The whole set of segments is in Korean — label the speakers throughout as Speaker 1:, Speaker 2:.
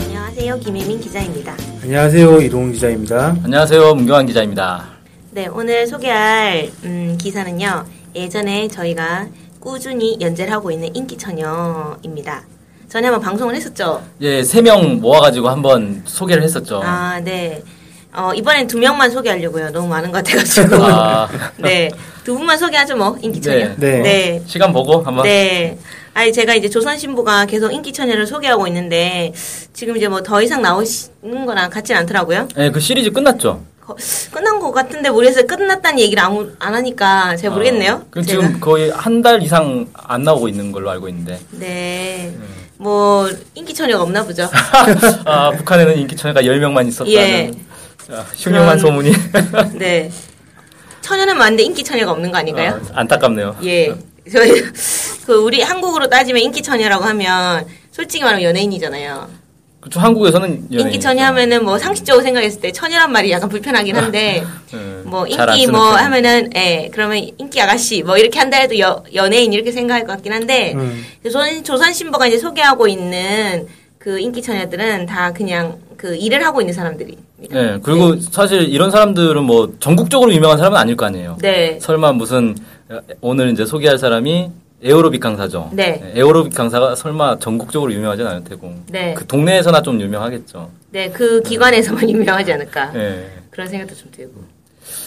Speaker 1: 안녕하세요. 김혜민 기자입니다.
Speaker 2: 안녕하세요. 이동훈 기자입니다.
Speaker 3: 안녕하세요. 문경환 기자입니다.
Speaker 1: 네, 오늘 소개할 음, 기사는요. 예전에 저희가 꾸준히 연재를 하고 있는 인기처녀입니다. 전에 한번 방송을 했었죠.
Speaker 3: 예, 세 명 모아가지고 한번 소개를 했었죠. 아,
Speaker 1: 아, 네. 어, 이번엔 두 명만 소개하려고요. 너무 많은 것 같아가지고. 네. 두 분만 소개하죠, 뭐. 인기처녀.
Speaker 3: 네.
Speaker 2: 네.
Speaker 1: 네.
Speaker 3: 시간 보고 한번.
Speaker 1: 네. 아니 제가 이제 조선신보가 계속 인기처녀를 소개하고 있는데 지금 이제 뭐 더 이상 나오시는 거랑 같진 않더라고요.
Speaker 3: 예, 그 시리즈 끝났죠.
Speaker 1: 거- 끝난 것 같은데 모르겠어요. 끝났다는 얘기를 아무 안 하니까 잘 모르겠네요.
Speaker 3: 아, 그
Speaker 1: 제가.
Speaker 3: 지금 거의 한 달 이상 안 나오고 있는 걸로 알고 있는데.
Speaker 1: 네. 뭐 인기처녀가 없나 보죠.
Speaker 3: 아, 북한에는 인기 처녀가 10명만 있었다는
Speaker 1: 예.
Speaker 3: 아,
Speaker 1: 그런-
Speaker 3: 흉흉한 소문이.
Speaker 1: 네. 처녀는 많은데 인기처녀가 없는 거 아닌가요?
Speaker 3: 아, 안타깝네요.
Speaker 1: 예. 저희 그 우리 한국으로 따지면 인기처녀라고 하면 솔직히 말하면 연예인이잖아요.
Speaker 3: 그쵸, 한국에서는 연예인.
Speaker 1: 인기처녀 하면은 뭐 상식적으로 생각했을 때 처녀란 말이 약간 불편하긴 한데
Speaker 3: 예,
Speaker 1: 뭐
Speaker 3: 잘안
Speaker 1: 인기
Speaker 3: 쓰는
Speaker 1: 뭐
Speaker 3: 편이에요.
Speaker 1: 하면은 예 그러면 인기 아가씨 뭐 이렇게 한다 해도 여, 연예인 이렇게 생각할 것 같긴 한데
Speaker 3: 네.
Speaker 2: 음,
Speaker 1: 조선 조선신보가 이제 소개하고 있는 그 인기처녀들은 다 그냥 그 일을 하고 있는 사람들입니다.
Speaker 3: 예,
Speaker 1: 네.
Speaker 3: 그리고 사실 이런 사람들은 뭐 전국적으로 유명한 사람은 아닐 거 아니에요.
Speaker 1: 네.
Speaker 3: 설마 무슨 오늘 이제 소개할 사람이 에어로빅 강사죠.
Speaker 1: 네.
Speaker 3: 에어로빅 강사가 설마 전국적으로 유명하진 않을 테고.
Speaker 1: 네.
Speaker 3: 그 동네에서나 좀 유명하겠죠.
Speaker 1: 네, 그 기관에서만 유명하지 않을까.
Speaker 3: 예.
Speaker 1: 그런 생각도 좀 들고.
Speaker 3: 음.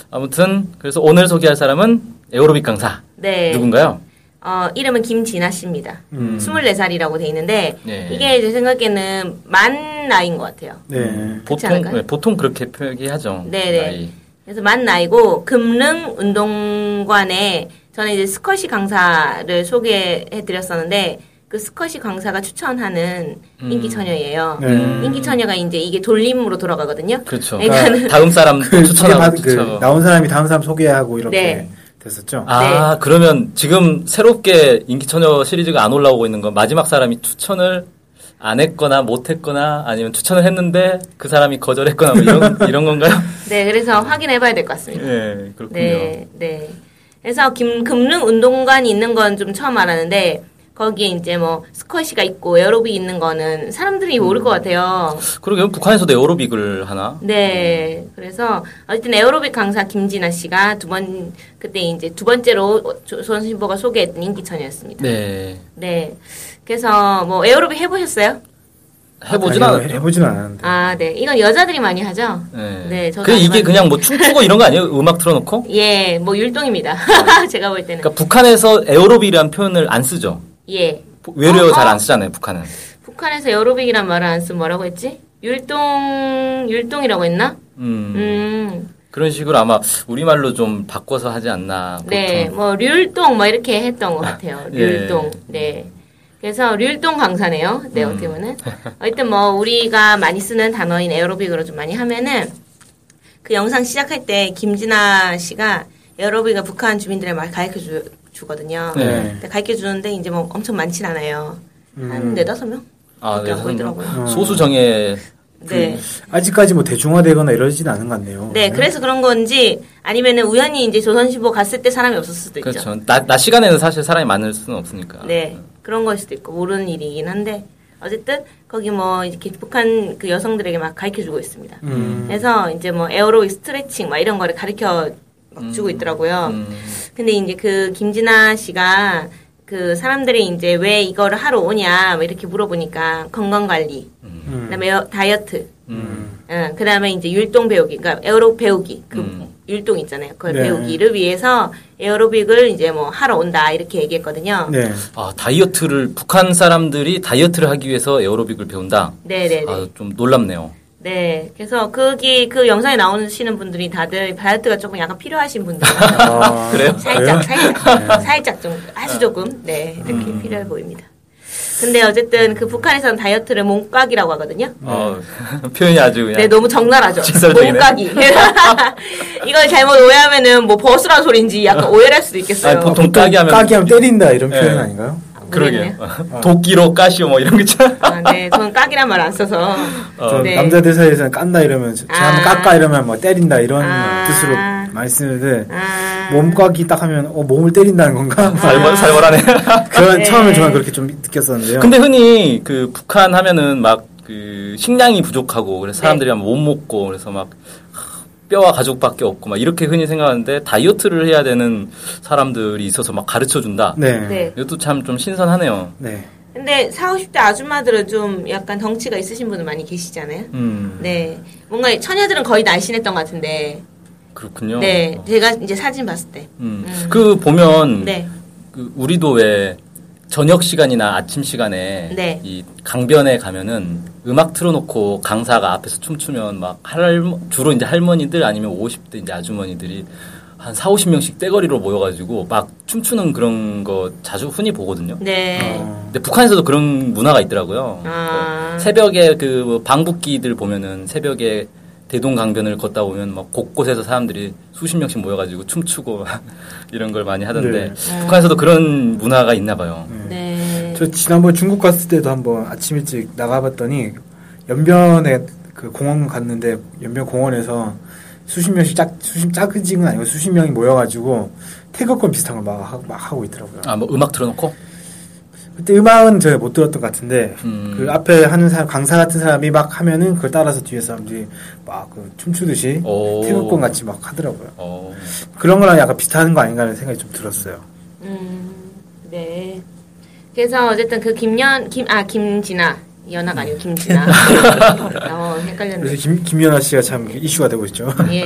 Speaker 3: 아무튼 그래서 오늘 소개할 사람은 에어로빅 강사
Speaker 1: 네.
Speaker 3: 누군가요? 음.
Speaker 1: 어, 이름은 김진아 씨입니다. 24살이라고 돼 있는데,
Speaker 3: 네.
Speaker 1: 이게 제 생각에는 만 나이인 것 같아요.
Speaker 2: 네.
Speaker 3: 보통
Speaker 1: 않을까요?
Speaker 3: 네, 보통 그렇게 표기하죠.
Speaker 1: 네네.
Speaker 3: 나이.
Speaker 1: 그래서 만 나이고, 금릉 운동관에 저는 이제 스쿼시 강사를 소개해 드렸었는데, 그 스쿼시 강사가 추천하는 인기처녀예요.
Speaker 2: 네.
Speaker 1: 인기처녀가 이제 이게 돌림으로 돌아가거든요.
Speaker 3: 그렇죠.
Speaker 1: 그러니까는-
Speaker 3: 다음 사람
Speaker 2: 그
Speaker 3: 추천하고
Speaker 2: 소개받은 그
Speaker 3: 추천.
Speaker 2: 나온 사람이 다음 사람 소개하고 이렇게
Speaker 1: 네.
Speaker 2: 됐었죠.
Speaker 3: 아 그러면 지금 새롭게 인기처녀 시리즈가 안 올라오고 있는 건 마지막 사람이 추천을 안 했거나 못 했거나 아니면 추천을 했는데 그 사람이 거절했거나 뭐 이런 이런 건가요?
Speaker 1: 네, 그래서 확인해 봐야 될 것 같습니다.
Speaker 3: 네 그렇군요.
Speaker 1: 네, 네. 그래서 김, 금릉 운동관이 있는 건 좀 처음 알았는데 거기에 이제 뭐 스쿼시가 있고 에어로빅 있는 거는 사람들이 모를 것 같아요.
Speaker 3: 그러게요. 북한에서도 에어로빅을 하나?
Speaker 1: 네. 그래서 어쨌든 에어로빅 강사 김진아 씨가 두 번 그때 이제 두 번째로 조선신보가 소개했던 인기천이었습니다.
Speaker 3: 네.
Speaker 1: 네. 그래서 뭐 에어로빅 해보셨어요?
Speaker 3: 해보진
Speaker 2: 아니,
Speaker 3: 않았.
Speaker 2: 해보진 않았는데.
Speaker 1: 아, 네. 이건 여자들이 많이 하죠.
Speaker 3: 네.
Speaker 1: 네, 저도
Speaker 3: 그
Speaker 1: 안
Speaker 3: 이게
Speaker 1: 해봤는데.
Speaker 3: 그냥 뭐 춤추고 이런 거 아니에요? 음악 틀어놓고?
Speaker 1: 예, 뭐 율동입니다. 제가 볼 때는
Speaker 3: 그러니까 북한에서 에어로빅이라는 표현을 안 쓰죠.
Speaker 1: 예.
Speaker 3: 외려
Speaker 1: 어, 어.
Speaker 3: 잘 안 쓰잖아요, 북한은.
Speaker 1: 북한에서 에어로빅이란 말을 안 쓰면 뭐라고 했지? 율동, 율동이라고 했나?
Speaker 3: 음,
Speaker 1: 음,
Speaker 3: 그런 식으로 아마 우리말로 좀 바꿔서 하지 않나. 보통.
Speaker 1: 네, 뭐, 율동, 막 이렇게 했던 것 같아요.
Speaker 3: 그렇죠. 예.
Speaker 1: 율동, 네. 그래서 율동 강사네요. 네,
Speaker 3: 음.
Speaker 1: 어떻게 보면은. 어쨌든 뭐, 우리가 많이 쓰는 단어인 에어로빅으로 좀 많이 하면은, 그 영상 시작할 때 김진아 씨가 에어로빅을 북한 주민들의 말 가르쳐 주, 주거든요.
Speaker 3: 네.
Speaker 1: 근데 가르쳐 주는데 이제 뭐 엄청 많진 않아요. 한
Speaker 2: 음.
Speaker 1: 네다섯 명?
Speaker 3: 아,
Speaker 1: 그렇게
Speaker 3: 네.
Speaker 1: 하고 있더라고요.
Speaker 3: 소수정예.
Speaker 1: 네.
Speaker 3: 그렇죠.
Speaker 2: 아직까지 뭐 대중화되거나 이러진 않은 것 같네요.
Speaker 1: 네, 그래서 그런 건지 아니면은 우연히 이제 조선시보 갔을 때 사람이 없었을 수도 있죠.
Speaker 3: 그렇죠. 낮, 낮 시간에는 사실 사람이 많을 수는 없으니까.
Speaker 1: 네, 그런 걸 수도 있고 모르는 일이긴 한데 어쨌든 거기 뭐 이렇게 북한 그 여성들에게 막 가르쳐 주고 있습니다.
Speaker 2: 음.
Speaker 1: 그래서 이제 뭐 에어로빅 스트레칭 막 이런 거를 가르쳐
Speaker 3: 음.
Speaker 1: 막 주고 있더라고요. 근데 이제 그 김진아 씨가 그 사람들이 이제 왜 이거를 하러 오냐 막 이렇게 물어보니까 건강 관리,
Speaker 2: 음.
Speaker 1: 그다음에 여- 다이어트,
Speaker 3: 음.
Speaker 1: 응, 그 다음에 이제 율동 배우기, 그러니까 에어로빅 배우기, 그
Speaker 3: 음.
Speaker 1: 율동 있잖아요. 그걸
Speaker 2: 네.
Speaker 1: 배우기를 위해서 에어로빅을 이제 뭐 하러 온다 이렇게 얘기했거든요.
Speaker 2: 네.
Speaker 3: 아, 다이어트를, 북한 사람들이 다이어트를 하기 위해서 에어로빅을 배운다?
Speaker 1: 네, 네, 네.
Speaker 3: 아, 좀 놀랍네요.
Speaker 1: 네, 그래서 그기 그 영상에 나오시는 분들이 다들 다이어트가 조금 약간 필요하신 분들
Speaker 2: 아,
Speaker 3: 그래요?
Speaker 1: 네,
Speaker 3: 음.
Speaker 1: 살짝 살짝 살짝 좀 아주 조금 네 이렇게 필요해 보입니다. 근데 어쨌든 그 북한에서는 다이어트를 몸꽉이라고 하거든요.
Speaker 2: 네.
Speaker 3: 어, 표현이 아주 그냥.
Speaker 1: 네, 너무 적나라죠.
Speaker 3: 직설적이네.
Speaker 1: 몸까기. 이걸 잘못 오해하면은 뭐 버스란 소리인지 약간 오해를 할 수도 있겠어요.
Speaker 3: 아니, 보통 까기 하면.
Speaker 2: 까기 하면 때린다 이런
Speaker 3: 예.
Speaker 2: 표현 아닌가요?
Speaker 3: 그러게요.
Speaker 1: 모르겠네요.
Speaker 3: 어. 도끼로 까시오 뭐 이런 거 있잖아.
Speaker 1: 아, 네, 저는 깍이란 말 안 써서.
Speaker 3: 어.
Speaker 2: 저
Speaker 1: 네.
Speaker 2: 남자들 사이에서는 깐다 이러면 저
Speaker 1: 아.
Speaker 2: 한번 깎아 이러면 뭐 때린다 이런
Speaker 1: 아.
Speaker 2: 뜻으로 많이 쓰는데
Speaker 1: 아,
Speaker 2: 몸까기 딱 하면 어 몸을 때린다는 건가?
Speaker 3: 살벌, 아. 살벌하네.
Speaker 2: 그런
Speaker 1: 네.
Speaker 2: 처음에 저는 그렇게 좀
Speaker 1: 예.
Speaker 2: 느꼈었는데요.
Speaker 3: 근데 흔히 그 북한 하면은 막 그 식량이 부족하고 그래서
Speaker 1: 예.
Speaker 3: 사람들이 막못 먹고 그래서 막 하, 뼈와 가족밖에 없고 막 이렇게 흔히 생각하는데 다이어트를 해야 되는 사람들이 있어서 막 가르쳐 준다.
Speaker 2: 네.
Speaker 1: 네.
Speaker 3: 이것도 참 좀 신선하네요.
Speaker 2: 네.
Speaker 1: 근데 40, 50대 아줌마들은 좀 약간 덩치가 있으신 분들 많이 계시잖아요.
Speaker 3: 음.
Speaker 1: 네. 뭔가 처녀들은 거의 날씬했던 것 같은데.
Speaker 3: 그렇군요.
Speaker 1: 네.
Speaker 3: 어.
Speaker 1: 제가 이제 사진 봤을 때.
Speaker 3: 음.
Speaker 1: 음.
Speaker 3: 그 보면
Speaker 1: 네.
Speaker 3: 그 우리도 왜 저녁 시간이나 아침 시간에
Speaker 1: 네.
Speaker 3: 이 강변에 가면은 음악 틀어놓고 강사가 앞에서 춤추면 막 할, 주로 이제 할머니들 아니면 50대 이제 아주머니들이 한 4, 50명씩 떼거리로 모여가지고 막 춤추는 그런 거 자주 흔히 보거든요.
Speaker 1: 네.
Speaker 2: 어.
Speaker 3: 근데 북한에서도 그런 문화가 있더라고요. 뭐
Speaker 1: 아.
Speaker 3: 새벽에 그 방북기들 보면은 새벽에 대동강변을 걷다 보면 막 곳곳에서 사람들이 수십 명씩 모여가지고 춤추고 이런 걸 많이 하던데
Speaker 2: 네.
Speaker 3: 북한에서도 그런 문화가 있나 봐요.
Speaker 1: 네.
Speaker 2: 저 지난번 중국 갔을 때도 한번 아침 일찍 나가봤더니 연변에 그 공원 갔는데 연변 공원에서 수십 명씩 짝 수십 짝지은 아니고 수십 명이 모여가지고 태극권 비슷한 걸 막 막 하고 있더라고요.
Speaker 3: 아 뭐 음악 틀어놓고
Speaker 2: 그때 음악은 제가 못 들었던 것 같은데
Speaker 3: 음.
Speaker 2: 그 앞에 하는 사람 강사 같은 사람이 막 하면은 그걸 따라서 뒤에 사람들이 막 그 춤추듯이
Speaker 3: 오.
Speaker 2: 태극권 같이 막 하더라고요.
Speaker 3: 어,
Speaker 2: 그런 거랑 약간 비슷한 거 아닌가 하는 생각이 좀 들었어요.
Speaker 1: 음, 네. 그래서 어쨌든 그 김연 김 아 김진아 연아가 아니고 김진아. 어
Speaker 2: 그래서
Speaker 1: 헷갈렸네.
Speaker 2: 김 김연아 씨가 참 이슈가 되고 있죠.
Speaker 1: 예,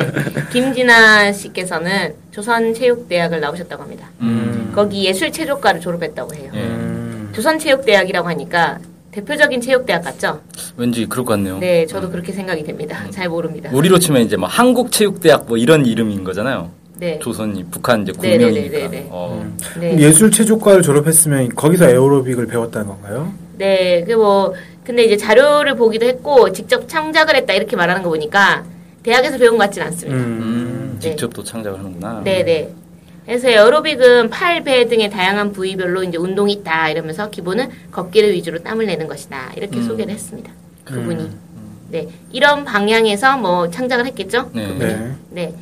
Speaker 1: 김진아 씨께서는 조선체육대학을 나오셨다고 합니다.
Speaker 3: 음.
Speaker 1: 거기 예술체조과를 졸업했다고 해요.
Speaker 3: 예.
Speaker 2: 음.
Speaker 1: 조선체육대학이라고 하니까 대표적인 체육대학 같죠?
Speaker 3: 왠지 그럴 것 같네요.
Speaker 1: 네, 저도 그렇게 생각이 됩니다. 잘 모릅니다.
Speaker 3: 우리로 치면 이제 뭐 한국체육대학 뭐 이런 이름인 거잖아요.
Speaker 1: 네,
Speaker 3: 조선이 북한 이제
Speaker 1: 네,
Speaker 3: 공명이니까.
Speaker 1: 네, 네, 네, 네.
Speaker 3: 어.
Speaker 2: 음.
Speaker 1: 네.
Speaker 2: 예술체조과를 졸업했으면 거기서 에어로빅을 배웠다는 건가요?
Speaker 1: 네, 그 뭐, 근데 이제 자료를 보기도 했고, 직접 창작을 했다, 이렇게 말하는 거 보니까, 대학에서 배운 것 같진 않습니다.
Speaker 3: 음,
Speaker 1: 네.
Speaker 3: 직접 또 창작을 하는구나.
Speaker 1: 네네. 그래서 에어로빅은 팔, 배 등의 다양한 부위별로 이제 운동이 있다, 이러면서 기본은 걷기를 위주로 땀을 내는 것이다, 이렇게 소개를 했습니다. 그분이. 네. 이런 방향에서 뭐 창작을 했겠죠?
Speaker 3: 네.
Speaker 2: 네.
Speaker 1: 네.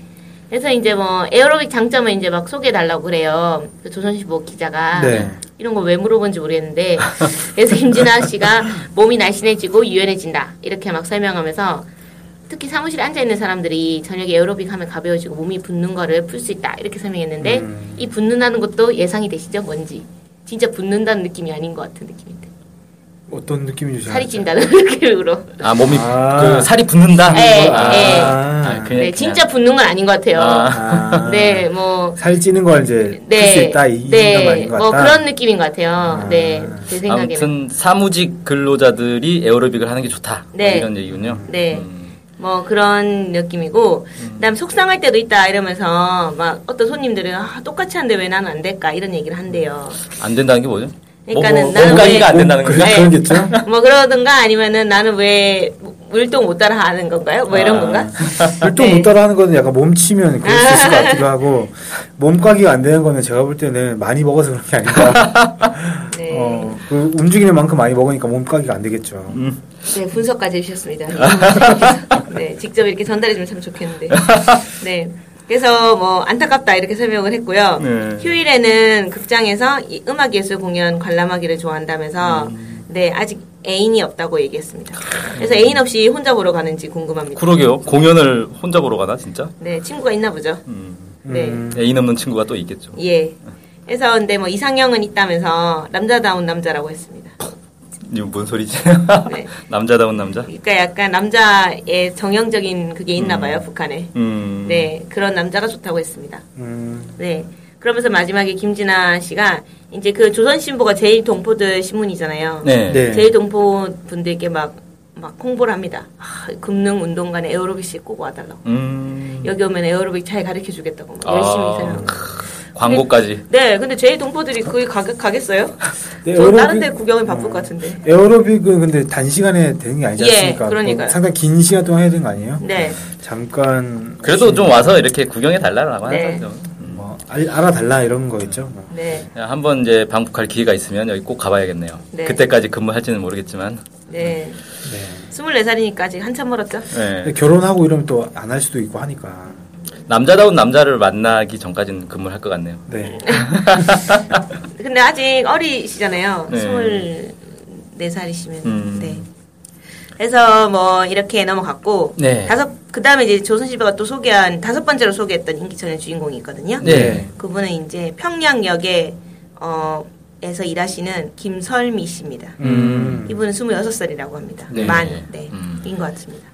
Speaker 1: 그래서 이제 뭐 에어로빅 장점을 이제 막 소개해달라고 그래요. 그 조선시보 기자가.
Speaker 2: 네.
Speaker 1: 이런 걸 왜 물어본지 모르겠는데. 그래서 김진아 씨가 몸이 날씬해지고 유연해진다. 이렇게 막 설명하면서 특히 사무실에 앉아있는 사람들이 저녁에 에어로빅 하면 가벼워지고 몸이 붓는 거를 풀 수 있다. 이렇게 설명했는데
Speaker 2: 음.
Speaker 1: 이 붓는다는 것도 예상이 되시죠? 뭔지. 진짜 붓는다는 느낌이 아닌 것 같은 느낌인데.
Speaker 2: 어떤 느낌이 주세요?
Speaker 1: 살이 찐다는 느낌으로.
Speaker 3: 아 몸이
Speaker 2: 아.
Speaker 3: 그 살이 붙는다.
Speaker 1: 예,
Speaker 3: 아,
Speaker 1: 예.
Speaker 3: 아, 그냥,
Speaker 1: 네, 진짜 붓는 건 아닌 것 같아요.
Speaker 3: 아.
Speaker 2: 아.
Speaker 1: 네, 뭐.
Speaker 2: 살 찌는 걸 이제 네.
Speaker 1: 네,
Speaker 2: 쓸수 있다 이 이런
Speaker 1: 네,
Speaker 2: 말인 것 같다.
Speaker 1: 뭐 그런 느낌인 것 같아요. 네, 제 생각에는.
Speaker 3: 아무튼 사무직 근로자들이 에어로빅을 하는 게 좋다. 뭐
Speaker 1: 네.
Speaker 3: 이런 얘기군요.
Speaker 1: 네.
Speaker 3: 음.
Speaker 1: 뭐 그런 느낌이고, 그다음 속상할 때도 있다 이러면서 막 어떤 손님들은 아, 똑같이 하는데 왜 나는 안 될까 이런 얘기를 한대요.
Speaker 3: 안 된다는 게 뭐죠?
Speaker 1: 그러니까는
Speaker 3: 뭐, 뭐,
Speaker 1: 나는
Speaker 3: 몸가기가
Speaker 1: 왜-
Speaker 3: 안 된다는
Speaker 2: 그,
Speaker 3: 거죠?
Speaker 1: 네.
Speaker 2: 그런겠죠?
Speaker 1: 뭐 그러든가 아니면은 나는 왜 물동 못 따라 하는 건가요? 뭐 이런
Speaker 3: 아.
Speaker 1: 건가?
Speaker 2: 율동
Speaker 1: 네.
Speaker 2: 못 따라하는 거는 약간 몸치면 그럴 수 있을 것 같기도 하고 몸가기가 안 되는 거는 제가 볼 때는 많이 먹어서 그런 게 아닌가.
Speaker 1: 네,
Speaker 2: 어, 그 움직이는 만큼 많이 먹으니까 몸가기가 안 되겠죠.
Speaker 1: 네 분석까지 해주셨습니다. 네, 직접 이렇게 전달해주면 참 좋겠는데. 네. 그래서 뭐 안타깝다 이렇게 설명을 했고요.
Speaker 3: 네.
Speaker 1: 휴일에는 극장에서 이 음악 예술 공연 관람하기를 좋아한다면서
Speaker 3: 음.
Speaker 1: 네 아직 애인이 없다고 얘기했습니다. 그래서 애인 없이 혼자 보러 가는지 궁금합니다.
Speaker 3: 아. 그러게요. 공연을 혼자 보러 가나 진짜?
Speaker 1: 네 친구가 있나 보죠.
Speaker 3: 음.
Speaker 1: 네.
Speaker 2: 음.
Speaker 3: 애인 없는 친구가 또 있겠죠.
Speaker 1: 예. 그래서 근데 뭐 이상형은 있다면서 남자다운 남자라고 했습니다.
Speaker 3: 이거 뭔 소리지?
Speaker 1: 네.
Speaker 3: 남자다운 남자?
Speaker 1: 그러니까 약간 남자의 정형적인 그게 있나 봐요 북한에.
Speaker 3: 음.
Speaker 1: 네 그런 남자가 좋다고 했습니다.
Speaker 2: 음.
Speaker 1: 네. 그러면서 마지막에 김진아 씨가 이제 그 조선신보가 제일 동포들 신문이잖아요.
Speaker 3: 네.
Speaker 2: 네.
Speaker 1: 제일 동포 분들께 막, 막 홍보를 합니다. 아, 금능 운동관에 에어로빅 씨 꼭 와달라고.
Speaker 3: 음.
Speaker 1: 여기 오면 에어로빅 잘 가르쳐 주겠다고. 막
Speaker 3: 아.
Speaker 1: 열심히 설명.
Speaker 3: 광고까지.
Speaker 1: 네, 근데 제 동포들이 그 가, 가겠어요?
Speaker 2: 네,
Speaker 1: 저 다른
Speaker 2: 에어로빅-
Speaker 1: 데 구경이 바쁠 것 같은데.
Speaker 2: 에어로빅은 근데 단시간에 되는 게 아니지
Speaker 1: 예,
Speaker 2: 않습니까?
Speaker 1: 그러니까요.
Speaker 2: 뭐 상당히 긴 시간 동안 해야 되는 거 아니에요?
Speaker 1: 네.
Speaker 2: 잠깐
Speaker 3: 그래도 좀 와서 이렇게 구경해 달라라고 하죠.
Speaker 1: 네.
Speaker 3: 좀.
Speaker 2: 뭐 알, 알아달라 이런 거겠죠. 뭐.
Speaker 1: 네,
Speaker 3: 그냥 한번 이제 방북할 기회가 있으면 여기 꼭 가봐야겠네요.
Speaker 1: 네.
Speaker 3: 그때까지 근무할지는 모르겠지만.
Speaker 1: 네.
Speaker 2: 네.
Speaker 1: 24살이니까 아직 한참 멀었죠?
Speaker 3: 네.
Speaker 2: 근데 결혼하고 이러면 또 안 할 수도 있고 하니까.
Speaker 3: 남자다운 남자를 만나기 전까지는 근무를 할 것 같네요.
Speaker 2: 네.
Speaker 1: 근데 아직 어리시잖아요.
Speaker 3: 네.
Speaker 1: 24살이시면.
Speaker 3: 음.
Speaker 1: 네. 그래서 뭐 이렇게 넘어갔고
Speaker 3: 네.
Speaker 1: 다섯 그다음에 이제 조선시대가 또 소개한 다섯 번째로 소개했던 인기천의 주인공이 있거든요.
Speaker 3: 네.
Speaker 1: 그분은 이제 평양역에 어 에서 일하시는 김설미 씨입니다.
Speaker 2: 음.
Speaker 1: 이분은 26살이라고 합니다.
Speaker 3: 네.
Speaker 1: 만, 네.
Speaker 3: 음.
Speaker 1: 인 것 같습니다.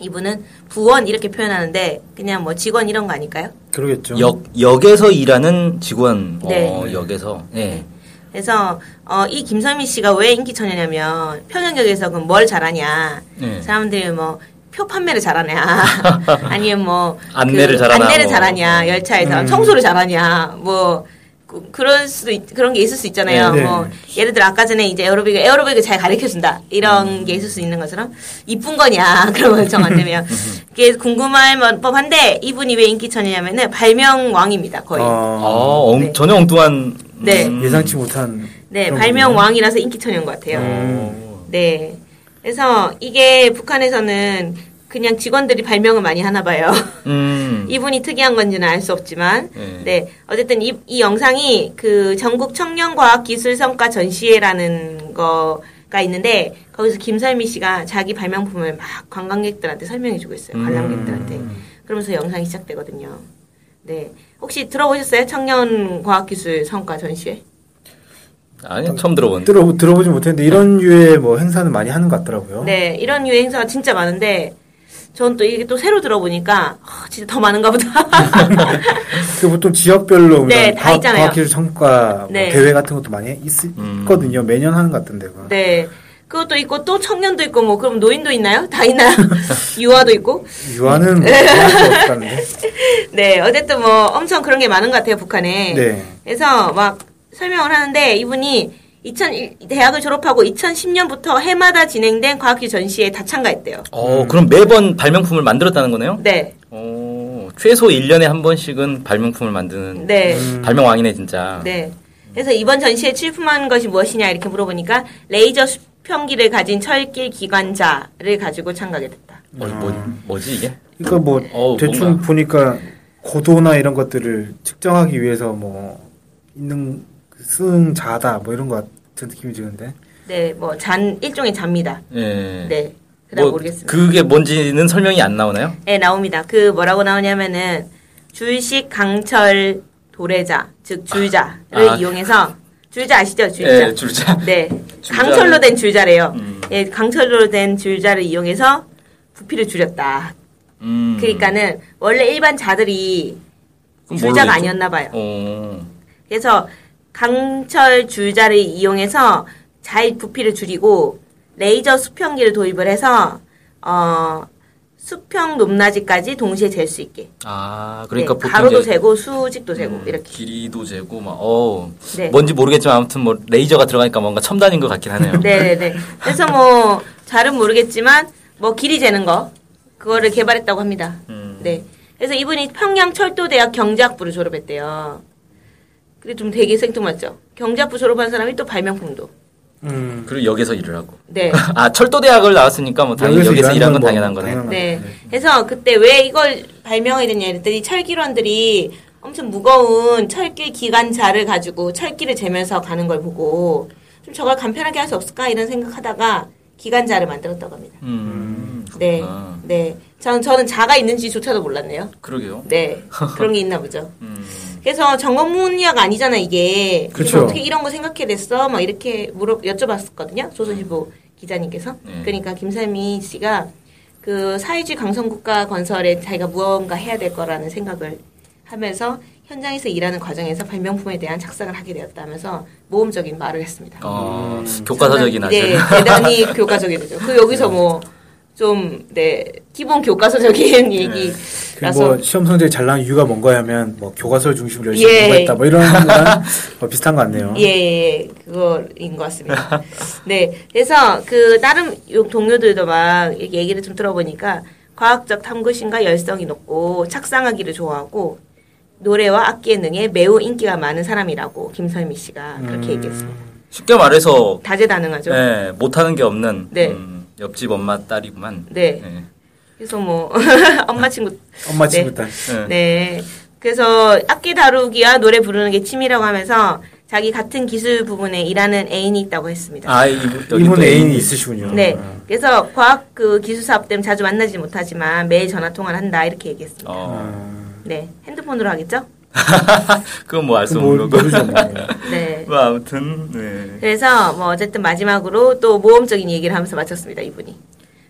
Speaker 1: 이분은 부원 이렇게 표현하는데 그냥 뭐 직원 이런 거 아닐까요?
Speaker 2: 그러겠죠.
Speaker 3: 역, 역에서 일하는 직원,
Speaker 1: 네.
Speaker 3: 어, 역에서. 네.
Speaker 1: 그래서 어, 이 김선미 씨가 왜 인기천이냐면 평양역에서 그럼 뭘 잘하냐
Speaker 3: 네.
Speaker 1: 사람들이 뭐 표 판매를 잘하냐 아니면 뭐
Speaker 3: 안내를
Speaker 1: 그
Speaker 3: 잘하나,
Speaker 1: 안내를
Speaker 3: 뭐.
Speaker 1: 잘하냐 열차에서
Speaker 2: 음.
Speaker 1: 청소를 잘하냐 뭐 그, 그럴 수도 있- 그런 게 있을 수 있잖아요.
Speaker 2: 네, 네.
Speaker 1: 뭐 예를 들어 아까 전에 이제 에어로빅 에어로빅을 잘 가르쳐 준다
Speaker 3: 음.
Speaker 1: 이런 게 있을 수 있는 것처럼 이쁜 거냐 그런 결정 안 되면 그게 궁금할 법한데 이분이 왜 인기천이냐면은 발명 왕입니다 거의.
Speaker 3: 아,
Speaker 2: 어,
Speaker 3: 엉-
Speaker 1: 네.
Speaker 3: 전혀 엉뚱한. 음,
Speaker 1: 네.
Speaker 2: 예상치 못한.
Speaker 1: 네,
Speaker 2: 그런
Speaker 1: 발명
Speaker 2: 거네요.
Speaker 1: 왕이라서 인기천인 것 같아요.
Speaker 3: 음.
Speaker 1: 네. 그래서 이게 북한에서는 그냥 직원들이 발명을 많이 하나 봐요.
Speaker 3: 음.
Speaker 1: 이분이 특이한 건지는 알 수 없지만,
Speaker 3: 네.
Speaker 1: 네. 어쨌든 이, 이 영상이 그 전국 청년과학기술성과 전시회라는 거가 있는데, 거기서 김설미 씨가 자기 발명품을 막 관광객들한테 설명해주고 있어요. 관람객들한테. 그러면서 영상이 시작되거든요. 네. 혹시 들어보셨어요? 청년과학기술성과 전시회?
Speaker 3: 아니, 처음 들어본.
Speaker 2: 들어 들어보지 못했는데 이런 유의 뭐 행사는 많이 하는 것 같더라고요.
Speaker 1: 네, 이런 유행 행사가 진짜 많은데, 전 또 이게 또 새로 들어보니까, 아, 진짜 더 많은가 보다.
Speaker 2: 그 보통 지역별로
Speaker 1: 네,
Speaker 2: 그냥
Speaker 1: 다
Speaker 2: 과학-
Speaker 1: 있잖아요.
Speaker 2: 과학기술 성과 뭐
Speaker 1: 네.
Speaker 2: 대회 같은 것도 많이 있,
Speaker 3: 음.
Speaker 2: 있거든요. 매년 하는 것 같던데. 뭐. 그거.
Speaker 1: 네. 그것도 있고, 또 청년도 있고, 뭐, 그럼 노인도 있나요? 다 있나요? 유아도 있고.
Speaker 2: 유아는 뭐 할수 없다는데.
Speaker 1: 네, 어쨌든 뭐, 엄청 그런 게 많은 것 같아요, 북한에.
Speaker 2: 네.
Speaker 1: 그래서 막 설명을 하는데, 이분이 2001, 대학을 졸업하고 2010년부터 해마다 진행된 과학기 전시회에 다 참가했대요.
Speaker 3: 어, 그럼 매번 발명품을 만들었다는 거네요?
Speaker 1: 네,
Speaker 3: 어, 최소 1년에 한 번씩은 발명품을 만드는.
Speaker 1: 네.
Speaker 3: 발명왕이네, 진짜.
Speaker 1: 네. 그래서 이번 전시에 출품한 것이 무엇이냐 이렇게 물어보니까 레이저 수평기를 가진 철길 기관자를 가지고 참가하게 됐다.
Speaker 3: 어, 뭐, 뭐지, 이게?
Speaker 2: 그러니까 뭐
Speaker 3: 어우,
Speaker 2: 대충
Speaker 3: 뭔가.
Speaker 2: 보니까 고도나 이런 것들을 측정하기 위해서 뭐 있는 그 쓰는 자다 뭐 이런 것 같은 느낌이 드는데.
Speaker 1: 네, 뭐 잔 일종의 잡니다.
Speaker 3: 예.
Speaker 1: 네. 그다음
Speaker 3: 뭐,
Speaker 1: 모르겠습니다.
Speaker 3: 그게 뭔지는 설명이 안 나오나요?
Speaker 1: 네, 나옵니다. 그 뭐라고 나오냐면은 줄식 강철 도래자, 즉 줄자를
Speaker 3: 아.
Speaker 1: 이용해서 줄자 아시죠? 줄자.
Speaker 3: 예, 줄자.
Speaker 1: 네.
Speaker 3: 줄자.
Speaker 1: 강철로 된 줄자래요.
Speaker 3: 음.
Speaker 1: 예, 강철로 된 줄자를 이용해서 부피를 줄였다.
Speaker 3: 음.
Speaker 1: 그러니까는 원래 일반 자들이
Speaker 3: 그럼 뭘로
Speaker 1: 줄자가
Speaker 3: 했죠?
Speaker 1: 아니었나 봐요.
Speaker 3: 어.
Speaker 1: 그래서 강철 줄자를 이용해서 잘 부피를 줄이고 레이저 수평기를 도입을 해서 어 수평 높낮이까지 동시에 잴 수 있게
Speaker 3: 아, 그러니까
Speaker 1: 네,
Speaker 3: 보통
Speaker 1: 가로도
Speaker 3: 이제 음,
Speaker 1: 재고 수직도 재고 이렇게
Speaker 3: 길이도 재고 막 어.
Speaker 1: 네.
Speaker 3: 뭔지 모르겠지만 아무튼 뭐 레이저가 들어가니까 뭔가 첨단인 것 같긴 하네요.
Speaker 1: 네네네 그래서 뭐 잘은 모르겠지만 뭐 길이 재는 거 그거를 개발했다고 합니다
Speaker 3: 음.
Speaker 1: 네 그래서 이분이 평양 철도대학 경제학부를 졸업했대요 그게 좀 되게 생뚱맞죠 경제학부 졸업한 사람이 또 발명품도
Speaker 2: 음.
Speaker 3: 그리고 역에서 일을 하고.
Speaker 1: 네
Speaker 3: 아, 철도대학을 나왔으니까 뭐 당연히
Speaker 2: 여기서
Speaker 3: 역에서
Speaker 2: 일하는
Speaker 3: 일한 건
Speaker 2: 건
Speaker 3: 당연한
Speaker 2: 뭐
Speaker 3: 거네.
Speaker 2: 당연한
Speaker 1: 네. 그래서 그때 왜 이걸 발명하게 됐냐 이랬더니 철길원들이 엄청 무거운 철길 기관차를 가지고 철길을 재면서 가는 걸 보고 좀 저걸 간편하게 할 수 없을까 이런 생각하다가 기관자를 만들었다고 합니다.
Speaker 3: 음.
Speaker 1: 네.
Speaker 3: 그렇구나.
Speaker 1: 네. 저는, 저는 자가 있는지조차도 몰랐네요.
Speaker 3: 그러게요.
Speaker 1: 네. 그런 게 있나 보죠.
Speaker 3: 음.
Speaker 1: 그래서 전공 분야가 아니잖아 이게. 그래서
Speaker 2: 그쵸.
Speaker 1: 어떻게 이런 거 생각해 냈어? 막 이렇게 물어 여쭤봤었거든요. 조선일보 기자님께서.
Speaker 3: 네.
Speaker 1: 그러니까 김삼희 씨가 그 사회주의 강성국가 건설에 자기가 무언가 해야 될 거라는 생각을 하면서 현장에서 일하는 과정에서 발명품에 대한 착상을 하게 되었다면서 모험적인 말을 했습니다.
Speaker 3: 어, 교과서적인 아, 아주.
Speaker 1: 네, 대단히 교과적이죠. 그 여기서 뭐 좀, 네, 기본
Speaker 3: 네.
Speaker 1: 교과서적인 얘기라서.
Speaker 2: 그뭐 시험 성적이 잘 나온 이유가 뭔가 하면 뭐 교과서 중심으로 열심히
Speaker 1: 예.
Speaker 2: 공부했다 뭐 이런 거랑 뭐 비슷한 것 같네요.
Speaker 1: 예, 예, 예. 그거인 것 같습니다. 네. 그래서 그 다른 요- 동료들도 막 이렇게 얘기를 좀 들어보니까 과학적 탐구심과 열성이 높고 착상하기를 좋아하고 노래와 악기 예능에 매우 인기가 많은 사람이라고 김설미 씨가 그렇게 얘기했습니다.
Speaker 3: 쉽게 말해서
Speaker 1: 다재다능하죠.
Speaker 3: 예, 못하는 게 없는
Speaker 1: 그렇죠. 네.
Speaker 3: 음, 옆집 엄마 딸이구만.
Speaker 1: 네.
Speaker 3: 예.
Speaker 1: 그래서 뭐 엄마 친구
Speaker 2: 엄마
Speaker 1: 네.
Speaker 2: 친구딸.
Speaker 3: 예.
Speaker 1: 네. 그래서 악기 다루기와 노래 부르는 게 취미라고 하면서 자기 같은 기술 부분에 일하는 애인이 있다고 했습니다.
Speaker 3: 아, 이분, 여기
Speaker 2: 이분
Speaker 3: 또
Speaker 2: 애인이 있으시군요.
Speaker 1: 네.
Speaker 2: 아.
Speaker 1: 그래서 과학 그 기술 사업 때문에 자주 만나지 못하지만 매일 전화 통화를 한다 이렇게 얘기했습니다.
Speaker 2: 음.
Speaker 3: 어,
Speaker 2: 그
Speaker 1: 네. 핸드폰으로 하겠죠?
Speaker 3: 그건 뭐 알 수
Speaker 2: 뭐,
Speaker 3: 없는
Speaker 2: 모르죠.
Speaker 3: 거고.
Speaker 2: 뭐.
Speaker 1: 네.
Speaker 3: 뭐 아무튼 네.
Speaker 1: 그래서 뭐 어쨌든 마지막으로 또 모험적인 얘기를 하면서 마쳤습니다. 이분이.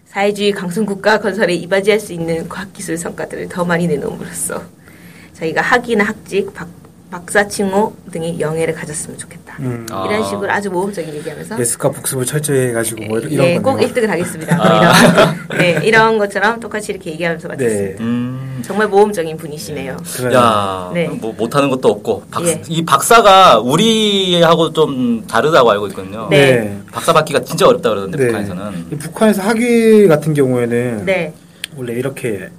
Speaker 1: 사회주의 강성국가 건설에 이바지할 수 있는 과학기술 성과들을 더 많이 내놓음으로써 저희가 학위나 학직, 박, 박사 칭호 등의 영예를 가졌으면 좋겠다.
Speaker 2: 음.
Speaker 3: 아.
Speaker 1: 이런 식으로 아주 모험적인 얘기하면서
Speaker 2: 예습과 복습을 철저히 해가지고 뭐 이런
Speaker 1: 예,
Speaker 2: 거네요. 아.
Speaker 1: 꼭 1등을 하겠습니다. 뭐 이런, 네, 이런 것처럼 똑같이 이렇게 얘기하면서 마쳤습니다.
Speaker 2: 네.
Speaker 3: 음.
Speaker 1: 정말 모험적인 분이시네요.
Speaker 2: 그러네요.
Speaker 3: 야,
Speaker 1: 네.
Speaker 3: 뭐 못하는 것도 없고 박,
Speaker 1: 예.
Speaker 3: 이 박사가 우리하고 좀 다르다고 알고 있거든요.
Speaker 1: 네.
Speaker 3: 박사 받기가 진짜 어렵다 그러던데
Speaker 2: 네.
Speaker 3: 북한에서는.
Speaker 2: 이 북한에서 학위 같은 경우에는
Speaker 1: 네.
Speaker 2: 원래 이렇게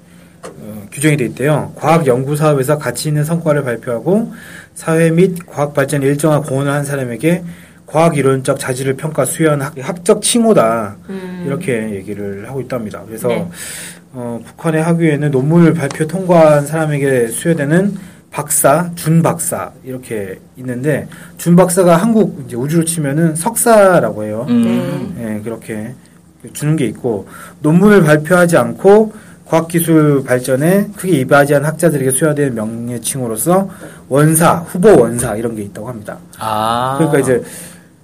Speaker 2: 어, 규정이 돼 있대요. 과학 연구 사업에서 가치 있는 성과를 발표하고 사회 및 과학 발전에 일정한 공헌을 한 사람에게 과학 이론적 자질을 평가 수여한 학, 학적 칭호다.
Speaker 1: 음,
Speaker 2: 이렇게 얘기를 하고 있답니다. 그래서
Speaker 1: 네.
Speaker 2: 어, 북한의 학위에는 논문을 발표 통과한 사람에게 수여되는 박사, 준박사 이렇게 있는데 준박사가 한국 이제 우주로 치면은 석사라고 해요.
Speaker 1: 네.
Speaker 3: 음.
Speaker 2: 예, 그렇게 주는 게 있고 논문을 발표하지 않고 과학기술 발전에 크게 이바지한 학자들에게 수여되는 명예칭으로서 원사, 후보 원사 이런 게 있다고 합니다.
Speaker 3: 아.
Speaker 2: 그러니까 이제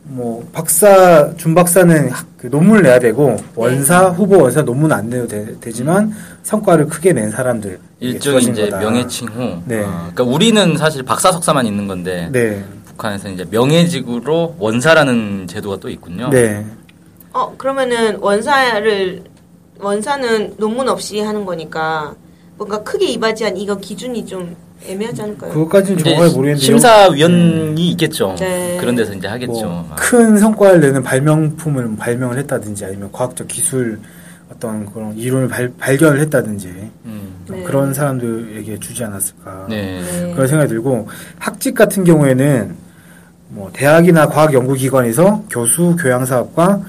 Speaker 2: 뭐 박사 준 박사는 학- 그 논문을 내야 되고 원사
Speaker 3: 네.
Speaker 2: 후보 원사 논문 안 내도 되, 지만 성과를 크게 낸 사람들
Speaker 3: 일종의 이제 명예칭후.
Speaker 2: 네.
Speaker 3: 어, 그러니까 우리는 사실 박사 석사만 있는 건데
Speaker 2: 네네
Speaker 3: 북한에서는 이제 명예직으로 원사라는 제도가 또 있군요.
Speaker 2: 네.
Speaker 1: 어, 그러면은 원사를, 원사는 논문 없이 하는 거니까 뭔가 크게 이바지한 이거 기준이 좀 애매하지 않을까요?
Speaker 2: 그것까지는
Speaker 3: 이제
Speaker 2: 정말 모르겠는데
Speaker 3: 심사위원이 있겠죠.
Speaker 1: 네.
Speaker 3: 그런 데서 이제 하겠죠. 아. 막.
Speaker 2: 뭐큰 성과를 내는 발명품을 발명을 했다든지 아니면 과학적 기술 어떤 그런 이론을 발, 발견을 했다든지
Speaker 3: 음.
Speaker 1: 네.
Speaker 2: 그런 사람들에게 주지 않았을까
Speaker 3: 네.
Speaker 1: 네.
Speaker 2: 그런 생각이 들고 학직 같은 경우에는 뭐 대학이나 과학 연구 기관에서 교수 교양 사업과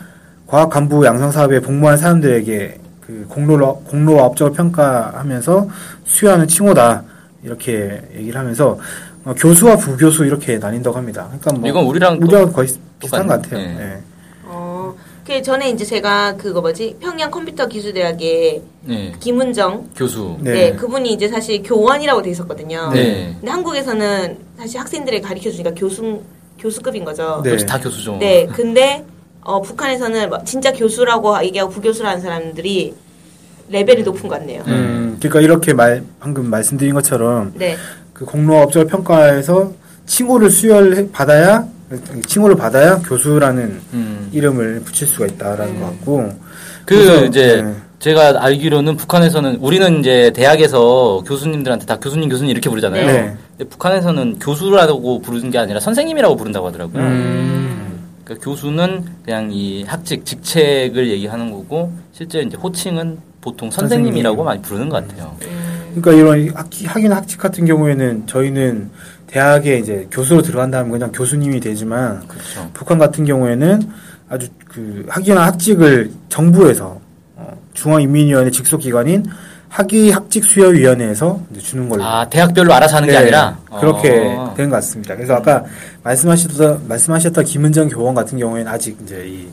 Speaker 2: 과학 간부 양성 사업에 복무한 사람들에게 그 공로로 공로와 업적을 평가하면서 수여하는 칭호다 이렇게 얘기를 하면서 어, 교수와 부교수 이렇게 나뉜다고 합니다. 그러니까 뭐
Speaker 3: 이건 우리랑 또
Speaker 2: 우리랑 거의 비슷한 것
Speaker 3: 똑같네.
Speaker 2: 같아요.
Speaker 3: 예.
Speaker 2: 예.
Speaker 1: 어, 그 전에 이제 제가 그거 뭐지? 평양 컴퓨터 기술대학의
Speaker 3: 네.
Speaker 1: 김은정.
Speaker 3: 교수.
Speaker 2: 네.
Speaker 1: 네. 그분이 이제 사실 교원이라고 돼 있었거든요.
Speaker 3: 네.
Speaker 1: 근데 한국에서는 사실 학생들을 가르쳐 주니까 교수, 교수급인 거죠.
Speaker 2: 네.
Speaker 3: 역시 다 교수죠.
Speaker 1: 네, 근데 어, 북한에서는 막 진짜 교수라고 얘기하고 부교수라는 사람들이 레벨이 높은 것 같네요.
Speaker 2: 음, 그러니까 이렇게 말 방금 말씀드린 것처럼
Speaker 1: 네,
Speaker 2: 그 공로와 업적을 평가해서 칭호를 수여를 받아야 칭호를 받아야 교수라는
Speaker 3: 음.
Speaker 2: 이름을 붙일 수가 있다라는 것 같고
Speaker 3: 그
Speaker 2: 그래서,
Speaker 3: 이제
Speaker 2: 네.
Speaker 3: 제가 알기로는 북한에서는 우리는 이제 대학에서 교수님들한테 다 교수님 교수님 이렇게 부르잖아요.
Speaker 2: 네.
Speaker 3: 근데 북한에서는 교수라고 부르는 게 아니라 선생님이라고 부른다고 하더라고요.
Speaker 2: 음.
Speaker 3: 그러니까 교수는 그냥 이 학직 직책을 얘기하는 거고 실제 이제 호칭은 보통 선생님이라고
Speaker 2: 선생님.
Speaker 3: 많이 부르는 것 같아요.
Speaker 2: 그러니까 이런 학기 학인 학직 같은 경우에는 저희는 대학에 이제 교수로 들어간다면 그냥 교수님이 되지만
Speaker 3: 그렇죠.
Speaker 2: 북한 같은 경우에는 아주 그 학위나 학직을 정부에서 어, 중앙인민위원회 직속 기관인 학위 학직 수여 위원회에서 이제 주는 걸로
Speaker 3: 아 대학별로 알아서 하는 게
Speaker 2: 네,
Speaker 3: 아니라
Speaker 2: 그렇게
Speaker 3: 어.
Speaker 2: 된 것 같습니다. 그래서 아까 말씀하셨다 말씀하셨다 김은정 교원 같은 경우에는 아직 이제 이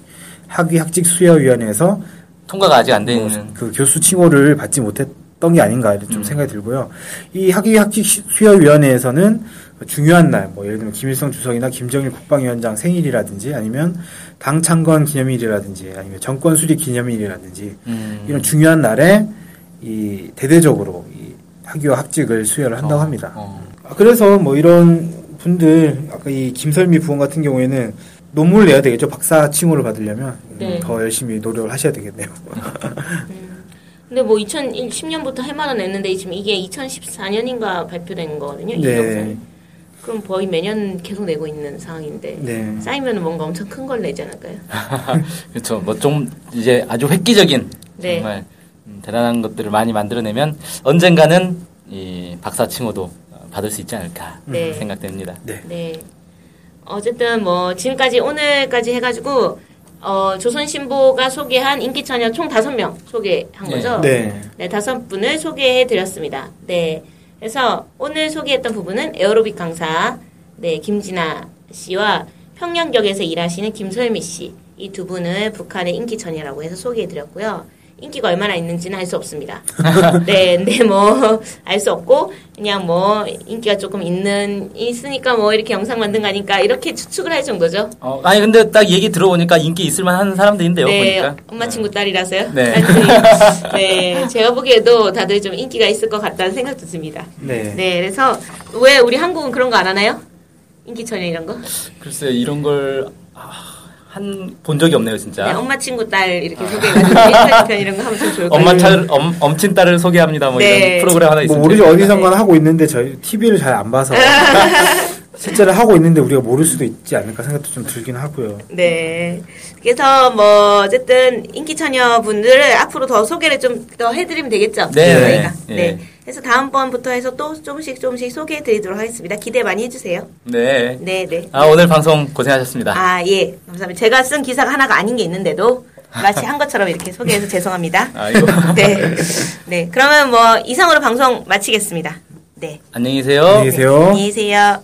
Speaker 2: 학위 학직 수여 위원회에서
Speaker 3: 통과가 아직 안
Speaker 2: 뭐
Speaker 3: 되는.
Speaker 2: 그 교수 칭호를 받지 못했던 게 아닌가 이런 좀
Speaker 3: 음.
Speaker 2: 생각이 들고요. 이 학위 학직 시- 수여위원회에서는 중요한 날, 뭐 예를 들면 김일성 주석이나 김정일 국방위원장 생일이라든지 아니면 당 창건 기념일이라든지 아니면 정권 수립 기념일이라든지
Speaker 3: 음.
Speaker 2: 이런 중요한 날에 이 대대적으로 이 학위와 학직을 수여를 한다고 합니다.
Speaker 3: 어.
Speaker 2: 아, 그래서 뭐 이런 분들 아까 이 김설미 부원 같은 경우에는 논문을 내야 되겠죠. 박사 칭호를 받으려면
Speaker 1: 네.
Speaker 2: 더 열심히 노력을 하셔야 되겠네요.
Speaker 1: 근데 뭐 2010년부터 해마다 냈는데 지금 이게 2014년인가 발표된 거거든요. 이
Speaker 2: 네,
Speaker 1: 영상이. 그럼 거의 매년 계속 내고 있는 상황인데
Speaker 2: 네. 아.
Speaker 1: 쌓이면 뭔가 엄청 큰 걸 내지 않을까요?
Speaker 3: 그렇죠. 뭐 좀 이제 아주 획기적인
Speaker 1: 네.
Speaker 3: 정말 음, 대단한 것들을 많이 만들어내면 언젠가는 이 박사 칭호도 받을 수 있지 않을까
Speaker 1: 네.
Speaker 3: 생각됩니다.
Speaker 2: 네.
Speaker 1: 네. 어쨌든 뭐 지금까지 오늘까지 해가지고 어, 조선신보가 소개한 인기처녀 총 다섯 명 소개한
Speaker 3: 네.
Speaker 1: 거죠.
Speaker 2: 네.
Speaker 1: 네, 다섯 분을 소개해 드렸습니다. 네. 그래서 오늘 소개했던 부분은 에어로빅 강사, 네, 김진아 씨와 평양역에서 일하시는 김설미 씨. 이 두 분을 북한의 인기천이라고 해서 소개해 드렸고요. 인기가 얼마나 있는지는 알 수 없습니다. 네, 근데 뭐, 알 수 없고, 그냥 뭐, 인기가 조금 있는, 있으니까 뭐, 이렇게 영상 만든 거니까, 이렇게 추측을 할 정도죠.
Speaker 3: 어, 아니 근데 딱 얘기 들어보니까 인기 있을만 한 사람들인데요.
Speaker 1: 네,
Speaker 3: 보니까.
Speaker 1: 엄마 친구 딸이라서요.
Speaker 3: 네.
Speaker 1: 하여튼, 네, 제가 보기에도 다들 좀 인기가 있을 것 같다는 생각도 듭니다.
Speaker 2: 네.
Speaker 1: 네, 그래서 왜 우리 한국은 그런 거 안 하나요? 인기 전혀 이런 거?
Speaker 3: 글쎄 이런 걸. 아, 한 본 적이 없네요 진짜.
Speaker 1: 네, 엄마 친구 딸 이렇게 소개해가지고 인스타편 이런 거 하면 좀 좋을 것 같아요.
Speaker 3: 아. 엄마 딸, 엄, 엄친 딸을 소개합니다. 뭐
Speaker 1: 네.
Speaker 3: 이런 프로그램 하나
Speaker 2: 뭐
Speaker 3: 있어요.
Speaker 2: 우리 어디선가 하고 있는데 저희 TV를 잘 안 봐서 실제로 하고 있는데 우리가 모를 수도 있지 않을까 생각도 좀 들긴 하고요.
Speaker 1: 네. 그래서 뭐 어쨌든 인기 처녀분들을 앞으로 더 소개를 좀 더 해드리면 되겠죠.
Speaker 3: 네.
Speaker 1: 저희가.
Speaker 3: 네.
Speaker 1: 네. 그래서 다음번부터 해서 또 조금씩 조금씩 소개해드리도록 하겠습니다. 기대 많이 해주세요.
Speaker 3: 네.
Speaker 1: 네, 네.
Speaker 3: 아 오늘 방송 고생하셨습니다.
Speaker 1: 아, 예. 감사합니다. 제가 쓴 기사가 하나가 아닌 게 있는데도 마치 한 것처럼 이렇게 소개해서 죄송합니다.
Speaker 3: 아이고.
Speaker 1: 네. 네. 그러면 뭐 이상으로 방송 마치겠습니다. 네.
Speaker 3: 안녕히 계세요.
Speaker 2: 안녕히 계세요.
Speaker 1: 안녕히 계세요.